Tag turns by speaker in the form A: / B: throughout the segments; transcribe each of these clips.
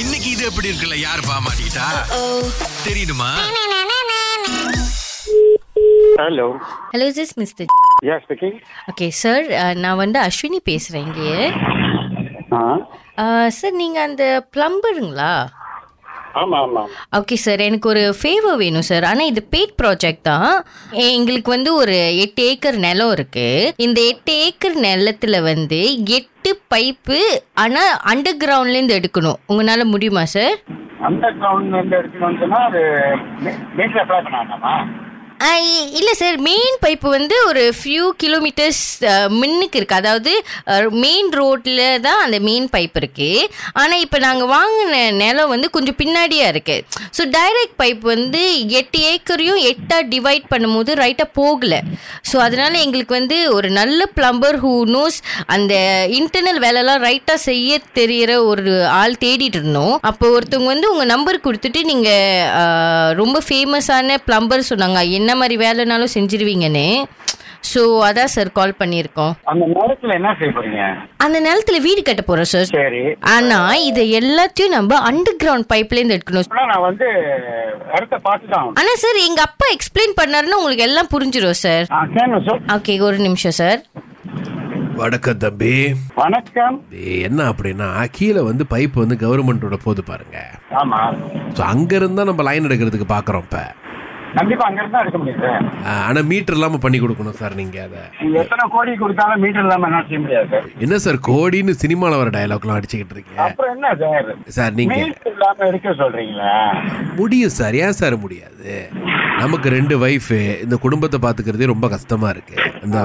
A: இன்னைக்கு இது எப்படி இருக்குல்ல யார் பாமாட்டா தெரியுமா
B: hello
C: hello this mister
B: yeah speaking
C: okay sir uh, நான் வந்து அஸ்வினி பேசுகிறேன் இங்கே
B: ஆ
C: சார் நீங்கள் அந்த பிளம்பருங்களா
B: ஆமாம் ஆமாம்
C: ஓகே சார் எனக்கு ஒரு ஃபேவர் வேணும் சார் ஆனால் இது பெய்ட் ப்ராஜெக்ட் தான் எ- எங்களுக்கு வந்து ஒரு எட்டு ஏக்கர் நிலம் இருக்குது இந்த எட்டு ஏக்கர் நிலத்தில் வந்து எட்டு பைப்பு ஆனால் அண்டர் கிரவுண்ட்லேருந்து எடுக்கணும் உங்களால் முடியுமா சார்
B: அந்த கிரவுண்ட் வந்து எடுக்கணும்னு சொன்னால் அது வீட்டில் அப்ளை பண்ணாங்கம்மா
C: இல்லை சார் மெயின் பைப்பு வந்து ஒரு ஃபியூ கிலோமீட்டர்ஸ் மின்னுக்கு இருக்குது அதாவது மெயின் ரோட்டில் தான் அந்த மெயின் பைப் இருக்குது ஆனால் இப்போ நாங்கள் வாங்கின நிலம் வந்து கொஞ்சம் பின்னாடியாக இருக்குது ஸோ டைரக்ட் பைப் வந்து எட்டு ஏக்கரையும் எட்டாக டிவைட் பண்ணும்போது ரைட்டாக போகலை ஸோ அதனால் எங்களுக்கு வந்து ஒரு நல்ல பிளம்பர் ஹூ நோஸ் அந்த இன்டர்னல் வேலைலாம் ரைட்டாக செய்ய தெரியிற ஒரு ஆள் தேடிட்டு இருந்தோம் அப்போ ஒருத்தவங்க வந்து உங்கள் நம்பர் கொடுத்துட்டு நீங்கள் ரொம்ப ஃபேமஸான பிளம்பர் சொன்னாங்க என்ன மாதிரி வேலைனாலும் செஞ்சிருவீங்கன்னு ஸோ அதான் சார் கால் பண்ணியிருக்கோம்
B: அந்த நேரத்தில் என்ன செய்ய போறீங்க
C: அந்த நிலத்துல வீடு கட்ட போகிறோம் சார்
B: சரி
C: ஆனால் இதை எல்லாத்தையும் நம்ம அண்டர் கிரவுண்ட் பைப்லேருந்து எடுக்கணும்
B: அப்படின்னா நான் வந்து இடத்த பார்த்து தான் ஆகணும்.
C: ஆனால் சார் எங்கள் அப்பா எக்ஸ்பிளைன் பண்ணாருன்னா உங்களுக்கு எல்லாம் புரிஞ்சிடும் சார்
B: ஆ சேனல் சார்
C: ஓகே ஒரு நிமிஷம் சார்
D: வணக்கம் தம்பி
B: வணக்கம்
D: ஏய், என்ன அப்படின்னா கீழே வந்து பைப் வந்து கவர்மெண்டோட போது பாருங்க
B: ஆமாம்
D: ஸோ அங்கேருந்து தான் நம்ம லைன் எடுக்கிறதுக்கு பார்க்குறோம் இப்போ
B: கண்டிப்பாக அங்கேருந்து தான் எடுக்க முடியும் சார்
D: ஆனால் மீட்டர் இல்லாமல் பண்ணி கொடுக்கணும் சார் நீங்கள் அதை
B: நீங்கள் எத்தனை கோடி கொடுத்தாலும் மீட்டர் இல்லாமல் என்ன செய்ய முடியாது சார்
D: என்ன சார் கோடின்னு சினிமாவில் வர டயலாக்லாம் அடிச்சுக்கிட்டு இருக்கீங்க
B: அப்புறம் என்ன சார்
D: சார் நீங்கள்
B: மீட்டர் இல்லாமல் எடுக்க சொல்கிறீங்களா
D: முடியும் சார் ஏன் சார் முடியாது நமக்கு ரெண்டு ஒய்ஃபு இந்த குடும்பத்தை பார்த்துக்கிறதே ரொம்ப கஷ்டமாக இருக்குது இந்த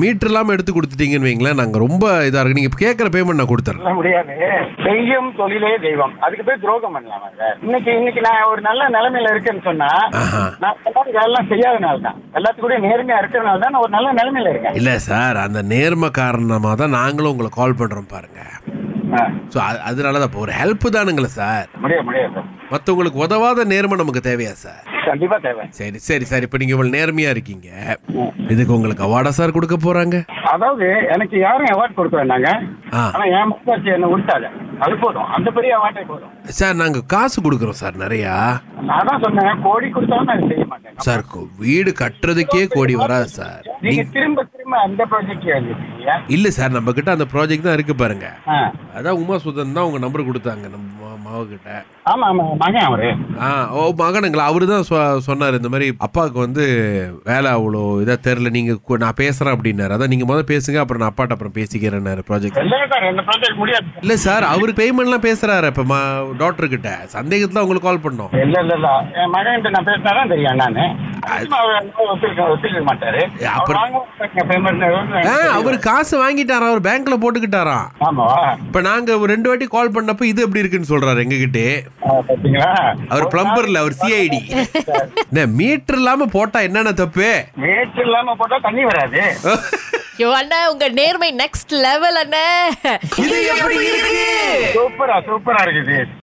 D: மீட்டர் இல்லாமல் எடுத்து கொடுத்துட்டீங்கன்னு வைங்களேன் நாங்கள் ரொம்ப இதாக இருக்கு நீங்கள் கேட்குற பேமெண்ட் நான் கொடுத்துட்றேன்
B: சொல்ல முடியாது செய்யும் தொழிலே தெய்வம் அதுக்கு போய் துரோகம் பண்ணலாமா சார் இன்னைக்கு இன்னைக்கு நான் ஒரு நல்ல நிலைமையில இருக்கேன்னு சொன்னா
D: ஆஹா.
B: நான் எல்லாரும் இதெல்லாம் செய்யாதனால தான் எல்லாத்துக்கூடயும் நேர்மையா இருக்கிறனால தான் நான் ஒரு நல்ல நிலைமையில இருக்கேன்
D: இல்லை சார் அந்த நேர்மை காரணமாக தான் நாங்களும் உங்களை கால் பண்ணுறோம் பாருங்கள்
B: ஆ,
D: ஸோ அதனால தான் இப்போ ஒரு ஹெல்ப் தானுங்களே சார்
B: முடியாது முடியாது சார்
D: மற்றவங்களுக்கு உதவாத நேர்மை நமக்கு தேவையா சார்
B: கண்டிப்பா தேவை
D: சரி சரி சார் இப்போ நீங்கள் இவ்வளோ நேர்மையாக இருக்கீங்க இதுக்கு உங்களுக்கு அவார்டா சார் கொடுக்க போகிறாங்க
B: அதாவது எனக்கு யாரும் அவார்ட் கொடுக்க வேண்டாங்க
D: ஆ.
B: ஆனா என் மக்களாட்சி என்ன விட்டாங்க அது போதும் அந்த பெரிய அவார்டே போதும்
D: சார் நாங்கள் காசு கொடுக்குறோம் சார் நிறையா
B: நான் தான் சொன்னேன் கோடி கொடுத்தாலும் நான் செய்ய மாட்டேன்
D: சார் கு- வீடு கட்டுறதுக்கே கோடி வராது சார்
B: நீங்க திரும்ப திரும்ப அந்த ப்ராஜெக்ட் கேள்விப்பட்டீங்க
D: இல்லை சார் நம்மக்கிட்ட அந்த ப்ராஜெக்ட் தான் இருக்குது பாருங்க
B: ஆ.
D: அதான் உமா சுதன் தான் உங்கள் நம்பர் கொடுத்தாங்க நம்ம மாவுக்கிட்ட
B: ஆமா ஆமா மகன் அவரு
D: ஆ ஓ மகனுங்களா அவரு தான் சொ சொன்னார் இந்த மாதிரி அப்பாவுக்கு வந்து வேலை அவ்வளோ இதாக தெரில நீங்கள் நான் பேசுகிறேன் அப்படின்னாரு அதான் நீங்கள் முதல்ல பேசுங்க அப்புறம் நான் அப்பாட்ட அப்புறம் பேசிக்கிறேன்னாரு ப்ராஜெக்ட்
B: இல்லைங்க சார் இந்த ப்ராஜெக்ட் முடியாது
D: இல்லை சார் அவரு பேமெண்ட்லாம் பேசுகிறாரு இப்போ மா டாக்டர்கிட்ட சந்தேகத்தில் உங்களுக்கு கால் பண்ணோம்
B: இல்ல இல்ல இல்ல என் மகன்கிட்ட நான் பேசினாதான் தெரியும் நானு சும்மா அவர் வந்து ஒத்துக்க ஒத்துக்க மாட்டாரு
D: ஏ,
B: அவர்
D: அப்புறம்?
B: வாங்க பேமெண்ட்
D: ஆ அவர் காசு வாங்கிட்டாராம் அவர் பேங்க்ல போட்டுக்கிட்டாராம்
B: ஆமாவா
D: இப்போ நாங்கள் ரெண்டு வாட்டி கால் பண்ணப்போ இது எப்படி இருக்குன்னு சொல்கிறாரு எங்ககிட்டே
B: ஆ, பாத்தீங்களா
D: அவர் பிளம்பர்ல அவர் சிஐடி என்ன மீட்டர் இல்லாம போட்டா என்னென்ன தப்பு
B: வேஸ்ட் இல்லாம போட்டா தண்ணி வராது
E: யோ அண்ணா உங்க நேர்மை நெக்ஸ்ட் லெவல் அண்ணா
D: இது எப்படி இருக்கு
B: சூப்பரா சூப்பரா இருக்குது